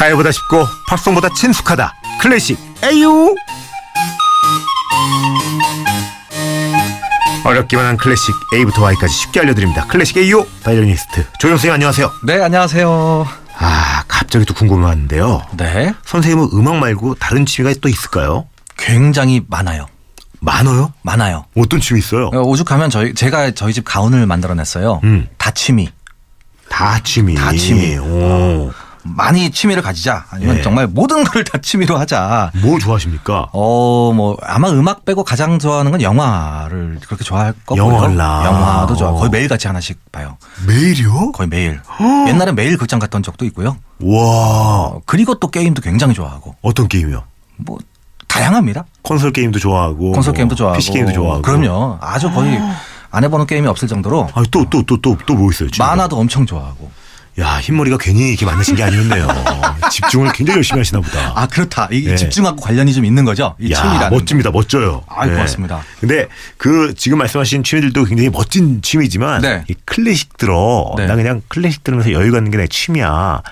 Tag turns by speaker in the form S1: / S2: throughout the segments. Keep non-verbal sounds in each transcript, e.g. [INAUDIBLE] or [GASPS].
S1: 노래보다 쉽고 팝송보다 친숙하다 클래식 에유 어렵기만 한 클래식 A부터 Y까지 쉽게 알려드립니다 클래식 에유 바이올리니스트 조영생 안녕하세요
S2: 네, 안녕하세요.
S1: 아 갑자기 또 궁금한데요
S2: 네.
S1: 선생님은 음악 말고 다른 취미가 또 있을까요?
S2: 굉장히 많아요.
S1: 많아요?
S2: 많아요.
S1: 어떤 취미 있어요?
S2: 어, 오죽하면 저희 제가 저희 집 가훈을 만들어냈어요.
S1: 음.
S2: 다 취미.
S1: 다 취미
S2: 다 취미.
S1: 오.
S2: 많이 취미를 가지자. 아니면
S1: 예.
S2: 정말 모든 걸 다 취미로 하자.
S1: 뭐 좋아하십니까?
S2: 어, 뭐 아마 음악 빼고 가장 좋아하는 건 영화를 그렇게 좋아할 거고요.
S1: 영화라.
S2: 영화도 좋아.
S1: 어.
S2: 거의 매일 같이 하나씩 봐요.
S1: 매일이요?
S2: 거의
S1: [GASPS]
S2: 매일. 옛날에 매일 극장 갔던 적도 있고요.
S1: 와
S2: 어, 그리고 또 게임도 굉장히 좋아하고.
S1: 어떤 게임이요?
S2: 뭐 다양합니다.
S1: 콘솔 게임도 좋아하고
S2: 콘솔 게임도
S1: 뭐
S2: 좋아하고
S1: PC 게임도 좋아하고
S2: 그럼요. 아주 거의 안 해보는 게임이 없을 정도로
S1: 아또또 또 또 또 뭐 있어요? 지금?
S2: 만화도 엄청 좋아하고.
S1: 야 흰머리가 괜히 이렇게 만나신 게
S2: [LAUGHS]
S1: 아니었네요. 집중을 굉장히 열심히 하시나 보다.
S2: 아 그렇다. 이
S1: 예.
S2: 집중하고 관련이 좀 있는 거죠. 이 취미라는. 예.
S1: 야 멋집니다, 멋져요. 네.
S2: 아이, 고맙습니다.
S1: 근데 그 지금 말씀하신 취미들도 굉장히 멋진 취미지만
S2: 네.
S1: 이 클래식 들어
S2: 네.
S1: 나 그냥 클래식 들으면서 여유 갖는 게 내 취미야.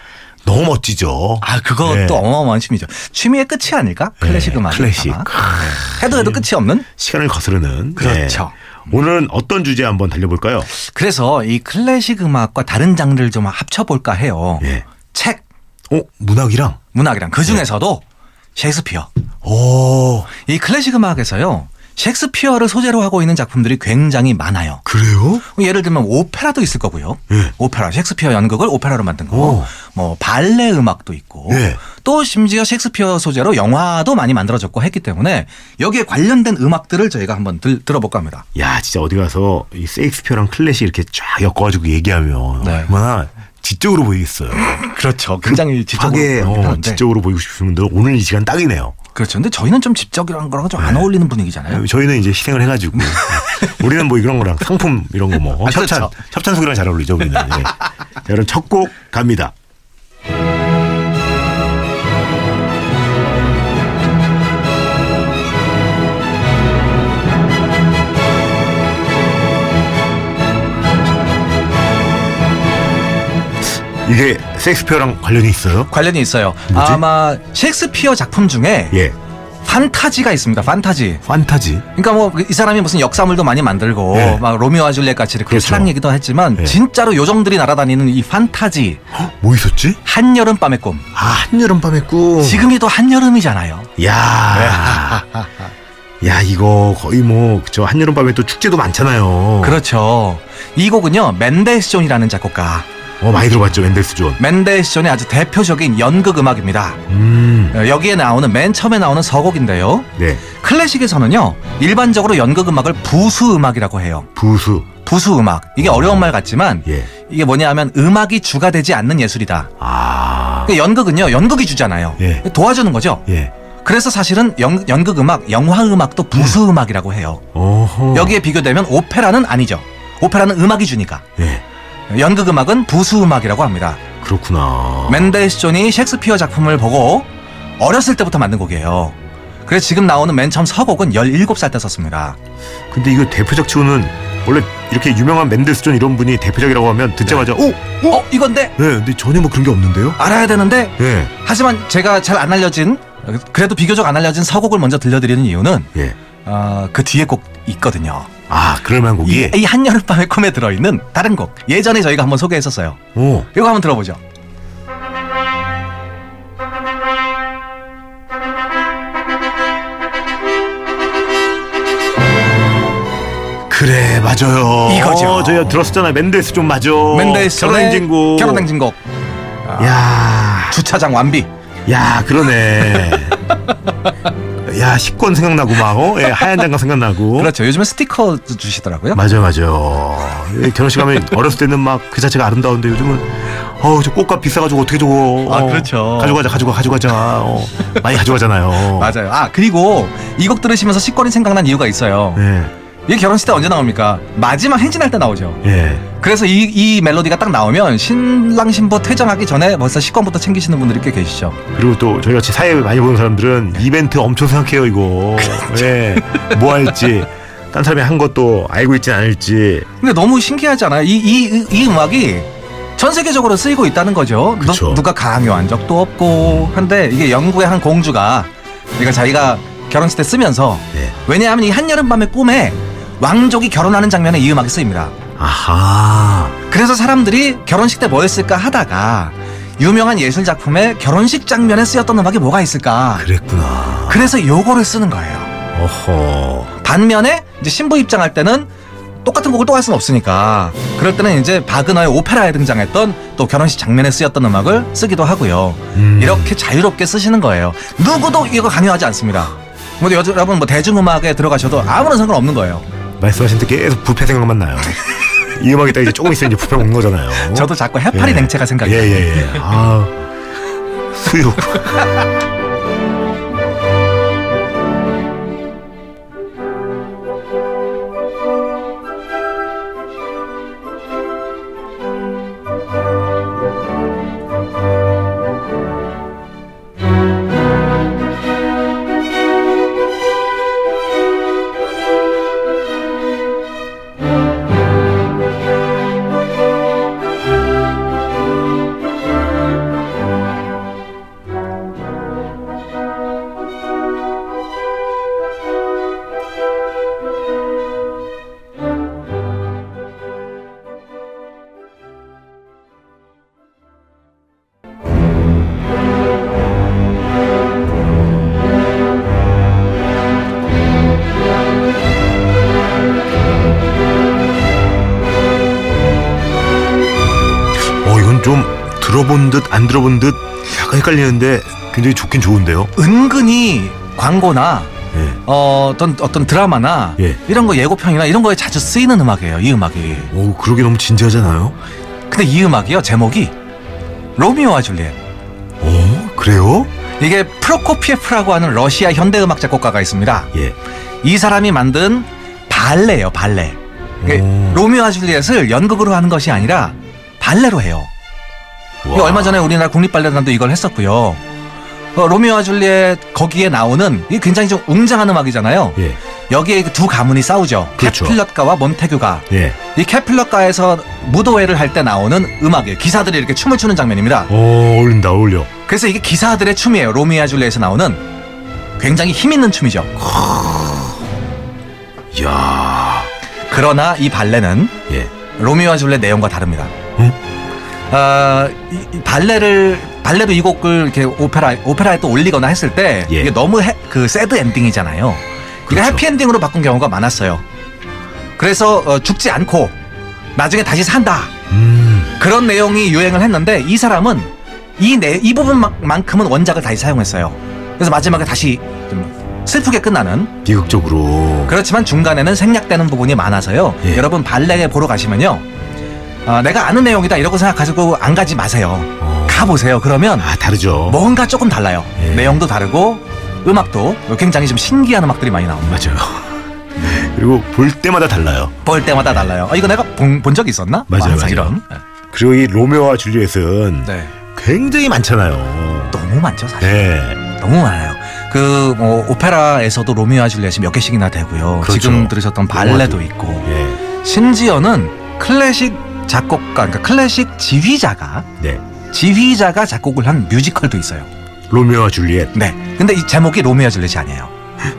S1: 너무 멋지죠.
S2: 아 그것도
S1: 네.
S2: 어마어마한 취미죠. 취미의 끝이 아닐까? 예, 클래식 예.
S1: 네,
S2: 음악.
S1: 클래식.
S2: 아마. 해도 해도 끝이 없는.
S1: 시간을 거스르는
S2: 그렇죠.
S1: 네. 오늘은 어떤 주제 한번 달려볼까요? 어,
S2: 그래서 이 클래식 음악과 다른 장르를 좀 합쳐볼까 해요.
S1: 예.
S2: 책
S1: 어 문학이랑
S2: 문학이랑 그 중에서도 셰익스피어.
S1: 오
S2: 이 클래식 음악에서요. 셰익스피어를 소재로 하고 있는 작품들이 굉장히 많아요.
S1: 그래요?
S2: 예를 들면 오페라도 있을 거고요.
S1: 예.
S2: 오페라, 셰익스피어 연극을 오페라로 만든 거.
S1: 오.
S2: 뭐 발레 음악도 있고.
S1: 예.
S2: 또 심지어 셰익스피어 소재로 영화도 많이 만들어졌고 했기 때문에 여기에 관련된 음악들을 저희가 한번 들, 들어볼까 합니다.
S1: 야 진짜 어디 가서 이 세익스피어랑 클래식 이렇게 쫙 엮어가지고 얘기하면
S2: 네.
S1: 얼마나 지적으로 보이겠어요.
S2: 그렇죠. 굉장히
S1: 하게
S2: 보이긴
S1: 어,
S2: 하는데.
S1: 지적으로 보이고 싶은 분들 오늘 이 시간 딱이네요.
S2: 그렇죠. 근데 저희는 좀 지적이라는 거랑 좀 안
S1: 예.
S2: 어울리는 분위기잖아요.
S1: 저희는 이제 희생을 [LAUGHS] 해가지고 네. 우리는 뭐 이런 거랑 상품 이런 거 뭐
S2: 아, 그렇죠.
S1: 협찬 협찬 소개랑 잘 어울리죠 우리는. 예. 자, 여러분 첫 곡 갑니다. 이게 섹스피어랑 관련이 있어요?
S2: 관련이 있어요.
S1: 뭐지?
S2: 아마 셰익스피어 작품 중에
S1: 예,
S2: 판타지가 있습니다. 판타지.
S1: 판타지.
S2: 그러니까 뭐 이 사람이 무슨 역사물도 많이 만들고
S1: 예.
S2: 막 로미오와 줄리엣 같이 이렇게
S1: 그렇죠.
S2: 사랑 얘기도 했지만
S1: 예.
S2: 진짜로 요정들이 날아다니는 이 판타지
S1: 헉, 뭐 있었지?
S2: 한여름 밤의 꿈
S1: 아 한여름 밤의 꿈.
S2: 지금이 또 한여름이잖아요. [LAUGHS]
S1: 야. 야 이거 거의 뭐 저 한여름밤에 또 축제도 많잖아요.
S2: 그렇죠. 이 곡은요 맨델스존이라는 작곡가
S1: 어 많이 들어봤죠 멘델스존.
S2: 맨델스존의 아주 대표적인 연극 음악입니다.
S1: 음.
S2: 어, 여기에 나오는 맨 처음에 나오는 서곡인데요.
S1: 네.
S2: 클래식에서는요 일반적으로 연극 음악을 부수 음악이라고 해요.
S1: 부수.
S2: 부수 음악 이게 어려운 말 같지만
S1: 예.
S2: 이게 뭐냐하면 음악이 주가 되지 않는 예술이다.
S1: 아.
S2: 그러니까 연극은요 연극이 주잖아요.
S1: 예.
S2: 도와주는 거죠.
S1: 예.
S2: 그래서 사실은 연, 연극 음악, 영화 음악도 부수 음악이라고 해요.
S1: 예. 어허.
S2: 여기에 비교되면 오페라는 아니죠. 오페라는 음악이 주니까.
S1: 예.
S2: 연극 음악은 부수 음악이라고 합니다.
S1: 그렇구나.
S2: 맨델스존이 셰익스피어 작품을 보고 어렸을 때부터 만든 곡이에요. 그래서 지금 나오는 맨 처음 서곡은 17살 때 썼습니다.
S1: 근데 이거 대표작 치고는 원래 이렇게 유명한 멘델스존 이런 분이 대표작이라고 하면 듣자마자 오.
S2: 어, 이건데
S1: 네. 근데 전혀 뭐 그런 게 없는데요.
S2: 알아야 되는데
S1: 예.
S2: 하지만 제가 잘 안 알려진 그래도 비교적 안 알려진 서곡을 먼저 들려드리는 이유는
S1: 예.
S2: 어, 그 뒤에 곡 있거든요.
S1: 아 그럴만한 곡이.
S2: 이, 이 한여름밤의 꿈에 들어있는 다른 곡 예전에 저희가 한번 소개했었어요.
S1: 오.
S2: 이거 한번 들어보죠.
S1: 그래 맞아요.
S2: 이거죠.
S1: 어, 저희가 들었었잖아요 멘델스존 맞아.
S2: 맨델스존의
S1: 어, 결혼행진곡.
S2: 결혼행진곡
S1: 야.
S2: 주차장 완비.
S1: 어? 야 그러네. 야 식권 생각나고 막 어? 예, 하얀 장갑 생각나고.
S2: 그렇죠. 요즘에 스티커 주시더라고요.
S1: 맞아 맞아. 예, 결혼식 가면 어렸을 때는 막 그 자체가 아름다운데 요즘은 어우 저 꽃값 비싸가지고 어떻게 저거.
S2: 아,
S1: 어,
S2: 그렇죠.
S1: 가져가자 가져가 가져가자. 어, 많이 가져가잖아요.
S2: 맞아요. 아 그리고 이 곡 들으시면서 시권이 생각난 이유가 있어요.
S1: 예
S2: 이 결혼식 때 언제 나옵니까? 마지막 행진할 때 나오죠.
S1: 예.
S2: 그래서 이, 이 멜로디가 딱 나오면 신랑 신부 퇴장하기 전에 벌써 시권부터 챙기시는 분들이 꽤 계시죠.
S1: 그리고 또 저희 같이 사회 많이 보는 사람들은 이벤트 엄청 생각해요 이거.
S2: 그렇죠.
S1: 예. 뭐 할지. 딴 사람이 한 것도 알고 있진 않을지.
S2: 근데 너무 신기하지 않아요? 이, 이, 이 음악이 전 세계적으로 쓰이고 있다는 거죠. 누,
S1: 그쵸.
S2: 누가 강요한 적도 없고 한데 이게 영국의 한 공주가 이걸 자기가 결혼식 때 쓰면서
S1: 네.
S2: 왜냐하면 이 한여름밤의 꿈에 왕족이 결혼하는 장면에 이 음악이 쓰입니다.
S1: 아하.
S2: 그래서 사람들이 결혼식 때 뭐 했을까 하다가 유명한 예술 작품의 결혼식 장면에 쓰였던 음악이 뭐가 있을까.
S1: 그랬구나.
S2: 그래서 요거를 쓰는 거예요.
S1: 어허.
S2: 반면에 이제 신부 입장할 때는 똑같은 곡을 또 할 수는 없으니까 그럴 때는 이제 바그너의 오페라에 등장했던 또 결혼식 장면에 쓰였던 음악을 쓰기도 하고요.
S1: 음.
S2: 이렇게 자유롭게 쓰시는 거예요. 누구도 이거 강요하지 않습니다. 뭐 여- 여러분 뭐 대중음악에 들어가셔도 아무런 상관없는 거예요.
S1: 말씀하신 데 계속 부패 생각만
S2: [LAUGHS]
S1: 나요. 이 음악에 딱 이제 조금 있으면 이제 부패 온 거잖아요.
S2: 저도 네. 자꾸 해파리
S1: 예.
S2: 냉채가 생각이 나요.
S1: 예예예. 아 수육. 어, 어 이건 좀 들어본 듯 안 들어본 듯 약간 헷갈리는데 굉장히 좋긴 좋은데요.
S2: 은근히 광고나
S1: 예.
S2: 어, 어떤 어떤 드라마나
S1: 예.
S2: 이런 거 예고편이나 이런 거에 자주 쓰이는 음악이에요. 이 음악이.
S1: 오 그러게 너무 진지하잖아요.
S2: 근데 이 음악이요 제목이 로미오와 줄리엣.
S1: 어 그래요?
S2: 이게 프로코피예프라고 하는 러시아 현대 음악 작곡가가 있습니다.
S1: 예.
S2: 이 사람이 만든 발레예요 발레. 이게
S1: 오.
S2: 로미오와 줄리엣을 연극으로 하는 것이 아니라 발레로 해요. 이거
S1: 와.
S2: 얼마 전에 우리나라 국립발레단도 이걸 했었고요. 어, 로미오와 줄리엣 거기에 나오는 이 굉장히 좀 웅장한 음악이잖아요.
S1: 예.
S2: 여기에 그두 가문이 싸우죠.
S1: 그렇죠.
S2: 캐필럿가와 몬테규가.
S1: 예.
S2: 이 캐필럿가에서 무도회를 할 때 나오는 음악이에요. 기사들이 이렇게 춤을 추는 장면입니다.
S1: 어 어울린다 어울려.
S2: 그래서 이게 기사들의 춤이에요. 로미오와 줄리엣에서 나오는 굉장히 힘 있는 춤이죠.
S1: 야.
S2: 그러나 이 발레는
S1: 예.
S2: 로미오와 줄리엣 내용과 다릅니다.
S1: 응?
S2: 아, 이- 이 발레를 발레도 이 곡을 이렇게 오페라 오페라에 또 올리거나 했을 때
S1: 예.
S2: 이게 너무 해, 그 새드 엔딩이잖아요. 이게
S1: 그렇죠.
S2: 해피 엔딩으로 바꾼 경우가 많았어요. 그래서 어, 죽지 않고 나중에 다시 산다
S1: 음.
S2: 그런 내용이 유행을 했는데 이 사람은 이 내 이 부분만큼은 원작을 다시 사용했어요. 그래서 마지막에 다시 좀 슬프게 끝나는
S1: 비극적으로.
S2: 그렇지만 중간에는 생략되는 부분이 많아서요.
S1: 예.
S2: 여러분 발레 보러 가시면요. 아, 내가 아는 내용이다 이러고 생각하시고 안 가지 마세요.
S1: 어.
S2: 가보세요. 그러면
S1: 아 다르죠.
S2: 뭔가 조금 달라요.
S1: 예.
S2: 내용도 다르고 음악도 굉장히 좀 신기한 음악들이 많이 나옵니다.
S1: 맞아요. [LAUGHS] 그리고 볼 때마다 달라요.
S2: 볼 때마다 달라요. 아, 이거 내가 본, 본 적이 있었나?
S1: 맞아요,
S2: 뭐 항상
S1: 맞아요.
S2: 이런.
S1: 그리고 이 로메오와 줄리엣은
S2: 네.
S1: 굉장히 많잖아요.
S2: 너무 많죠 사실.
S1: 네.
S2: 너무 많아요. 그 뭐, 오페라에서도 로미오와 줄리엣이 몇 개씩이나 되고요.
S1: 그렇죠.
S2: 지금 들으셨던 발레도 있고
S1: 예.
S2: 심지어는 클래식 작곡가 그러니까 클래식 지휘자가
S1: 네.
S2: 지휘자가 작곡을 한 뮤지컬도 있어요.
S1: 로메오와 줄리엣.
S2: 네. 근데 이 제목이 로미오 줄리엣이 아니에요.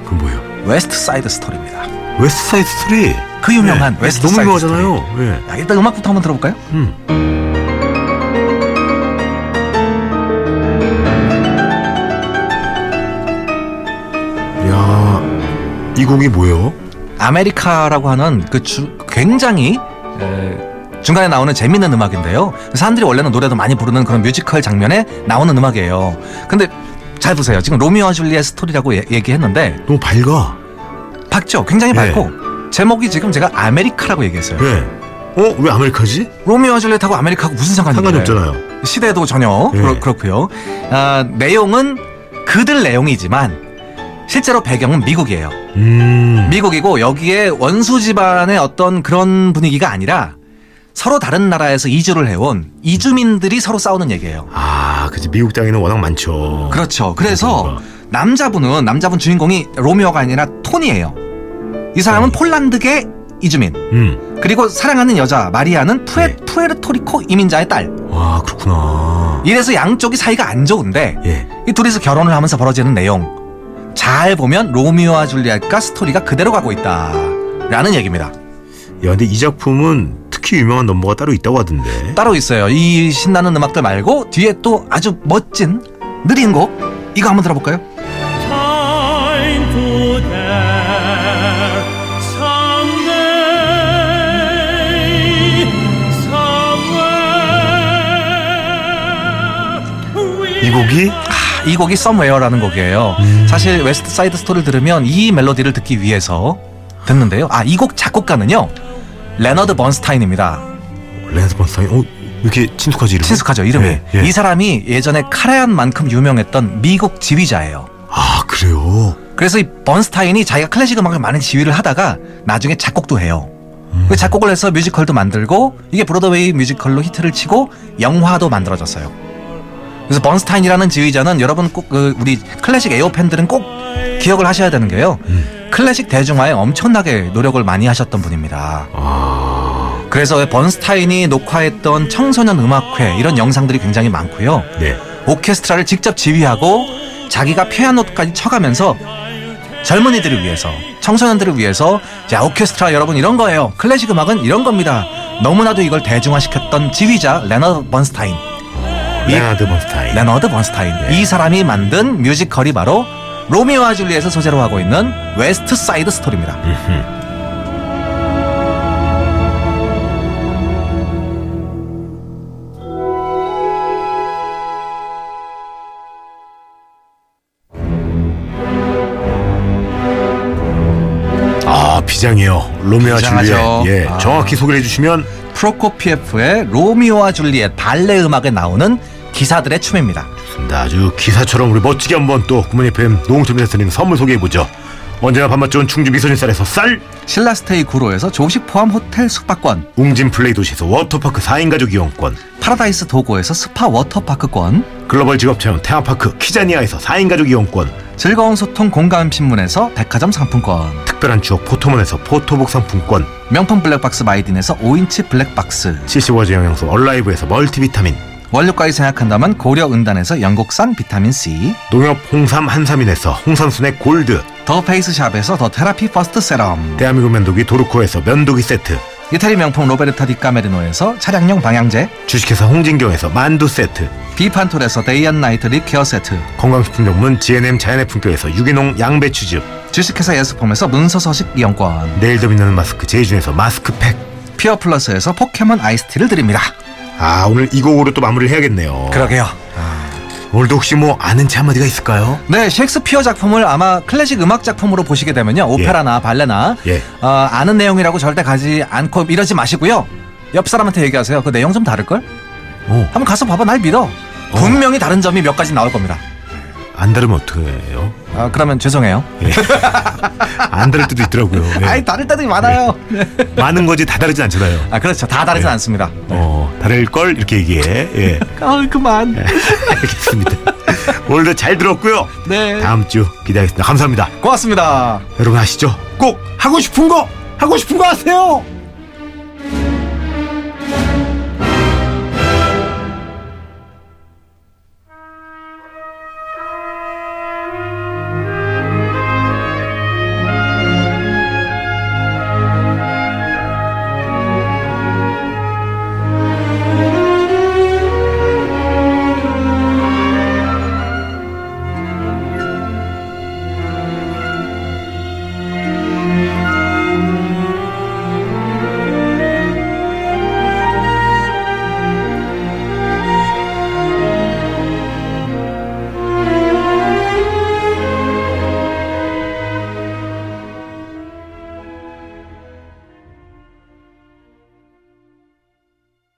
S1: 그 뭐예요?
S2: 웨스트 사이드 스토리입니다.
S1: 웨스트사이드 스토리.
S2: 그 유명한
S1: 네.
S2: 웨스트
S1: 너무
S2: 사이드
S1: 유명하잖아요. 예.
S2: 스토리. 야, 일단 음악부터 한번 들어볼까요?
S1: 음. 야, 이 곡이 뭐예요?
S2: 아메리카라고 하는 그 주- 굉장히 에, 중간에 나오는 재밌는 음악인데요. 사람들이 원래는 노래도 많이 부르는 그런 뮤지컬 장면에 나오는 음악이에요. 근데 잘 보세요. 지금 로미오와 아 줄리엣 스토리라고 예- 얘기했는데
S1: 너무 밝아.
S2: 밝죠? 굉장히
S1: 예.
S2: 밝고 제목이 지금 제가 아메리카라고 얘기했어요.
S1: 예. 어, 왜 아메리카지?
S2: 로미오와 줄리엣하고 아메리카하고 무슨 상관이
S1: 상관이
S2: 있나요?
S1: 없잖아요.
S2: 시대도 전혀
S1: 예.
S2: 그렇, 고요 아, 내용은 그들 내용이지만 실제로 배경은 미국이에요.
S1: 음.
S2: 미국이고 여기에 원수 집안의 어떤 그런 분위기가 아니라 서로 다른 나라에서 이주를 해온 이주민들이 서로 싸우는 얘기예요.
S1: 아, 그치. 미국 땅에는 워낙 많죠.
S2: 그렇죠. 그래서
S1: 그러니까.
S2: 남자분은 남자분 주인공이 로미오가 아니라 톤이에요. 이 사람은 폴란드계 이주민
S1: 음.
S2: 그리고 사랑하는 여자 마리아는 푸에, 푸에르토리코 이민자의 딸.
S1: 와 그렇구나.
S2: 이래서 양쪽이 사이가 안 좋은데
S1: 예.
S2: 이 둘이서 결혼을 하면서 벌어지는 내용. 잘 보면 로미오와 줄리엣과 스토리가 그대로 가고 있다. 라는 얘기입니다.
S1: 야 근데 이 작품은 특히 유명한 넘버가 따로 있다고 하던데.
S2: 따로 있어요. 이 신나는 음악들 말고 뒤에 또 아주 멋진 느린 곡 이거 한번 들어볼까요?
S3: time to dare someday, somewhere. we'll
S1: 이 곡이
S2: 아, 이 곡이 썸웨어라는 곡이에요.
S1: 음.
S2: 사실 웨스트 사이드 스토리를 들으면 이 멜로디를 듣기 위해서 듣는데요. 아, 이 곡 작곡가는요. 레너드 번스타인입니다.
S1: 렌스 번스타인. 어 이렇게 친숙하지 이름.
S2: 친숙하죠, 이름이.
S1: 예, 예.
S2: 이 사람이 예전에 카라얀만큼 유명했던 미국 지휘자예요.
S1: 아 그래요.
S2: 그래서 이 번스타인이 자기가 클래식 음악을 많이 지휘를 하다가 나중에 작곡도 해요. 그 작곡을 해서 뮤지컬도 만들고 이게 브로드웨이 뮤지컬로 히트를 치고 영화도 만들어졌어요. 그래서 번스타인이라는 지휘자는 여러분 꼭그 우리 클래식 에어 팬들은 꼭 기억을 하셔야 되는 게요. 클래식 대중화에 엄청나게 노력을 많이 하셨던 분입니다. 그래서 번스타인이 녹화했던 청소년 음악회 이런 영상들이 굉장히 많고요.
S1: 네.
S2: 오케스트라를 직접 지휘하고 자기가 피아노까지 쳐가면서 젊은이들을 위해서 청소년들을 위해서 자 오케스트라 여러분 이런 거예요 클래식 음악은 이런 겁니다 너무나도 이걸 대중화시켰던 지휘자 레너드 번스타인 이-
S1: 레나드 번스타인.
S2: 레너드 번스타인 이 사람이 만든 뮤지컬이 바로 로미오와 줄리엣을 소재로 하고 있는 웨스트 사이드 스토리입니다
S1: 음흠. 아 비장이요 로메오와 줄리엣
S2: 비장하죠.
S1: 예
S2: 아.
S1: 정확히 소개해 주시면
S2: 프로코피에프의 로미오와 줄리엣 발레 음악에 나오는 기사들의 춤입니다
S1: 좋습니다. 아주 기사처럼 우리 멋지게 한번 또 구몬 FM 노홍철 선생님 선물 소개해 보죠 언제나 밥맛 좋은 충주 미소진 쌀에서 쌀
S2: 신라스테이 구로에서 조식 포함 호텔 숙박권
S1: 웅진 플레이 도시에서 워터파크 4인 가족 이용권
S2: 파라다이스 도고에서 스파 워터파크권,
S1: 글로벌 직업체험 테마파크 키자니아에서 4인 가족 이용권
S2: 즐거운 소통 공감 신문에서 백화점 상품권,
S1: 특별한 추억 포토몬에서 포토복 상품권
S2: 명품 블랙박스 마이딘에서 5인치 블랙박스,
S1: 70워즈 영양소 얼라이브에서 멀티비타민
S2: 원료까지 생각한다면 고려은단에서 영국산 비타민 C,
S1: 농협 홍삼 한삼인에서 홍삼순의 골드
S2: 더 페이스샵에서 더 테라피 퍼스트 세럼,
S1: 대한민국 면도기 도르코에서 면도기 세트
S2: 이태리 명품 로베르타 디카메리노에서 차량용 방향제,
S1: 주식회사 홍진경에서 만두 세트
S2: 비판톨에서 데이앤나이트 립케어 세트,
S1: 건강식품 전문 GNM 자연의 품격에서 유기농 양배추즙
S2: 주식회사 예스폼에서 문서서식 이용권,
S1: 내일 더 빛나는 마스크 제이준에서 마스크팩
S2: 피어플러스에서 포켓몬 아이스티를 드립니다.
S1: 아 오늘 이 곡으로 또 마무리를 해야겠네요
S2: 그러게요.
S1: 오늘도 혹시 뭐 아는 체 한마디가 있을까요?
S2: 네, 셰익스피어 작품을 아마 클래식 음악 작품으로 보시게 되면요. 오페라나 발레나
S1: 예.
S2: 어, 아는 내용이라고 절대 가지 않고 이러지 마시고요. 옆 사람한테 얘기하세요. 그 내용 좀 다를걸?
S1: 어,
S2: 한번 가서 봐봐. 날 믿어. 분명히 다른 점이 몇 가지 나올 겁니다.
S1: 안 다르면 어떡해요?
S2: 아, 그러면 죄송해요.
S1: 안 다를 때도 있더라고요 예.
S2: [LAUGHS] 아이, 다를 때도 많아요.
S1: 많은 거지 다 다르진 않잖아요
S2: 아, 그렇죠. 다 다르진
S1: 예.
S2: 않습니다.
S1: 어, 다를 걸 이렇게 얘기해. 예.
S2: 아, 그만.
S1: [LAUGHS] 알겠습니다. 오늘도 잘 들었고요.
S2: 네.
S1: 다음 주 기대하겠습니다. 감사합니다.
S2: 고맙습니다.
S1: 여러분 아시죠? 꼭 하고 싶은 거 하고 싶은 거 하세요.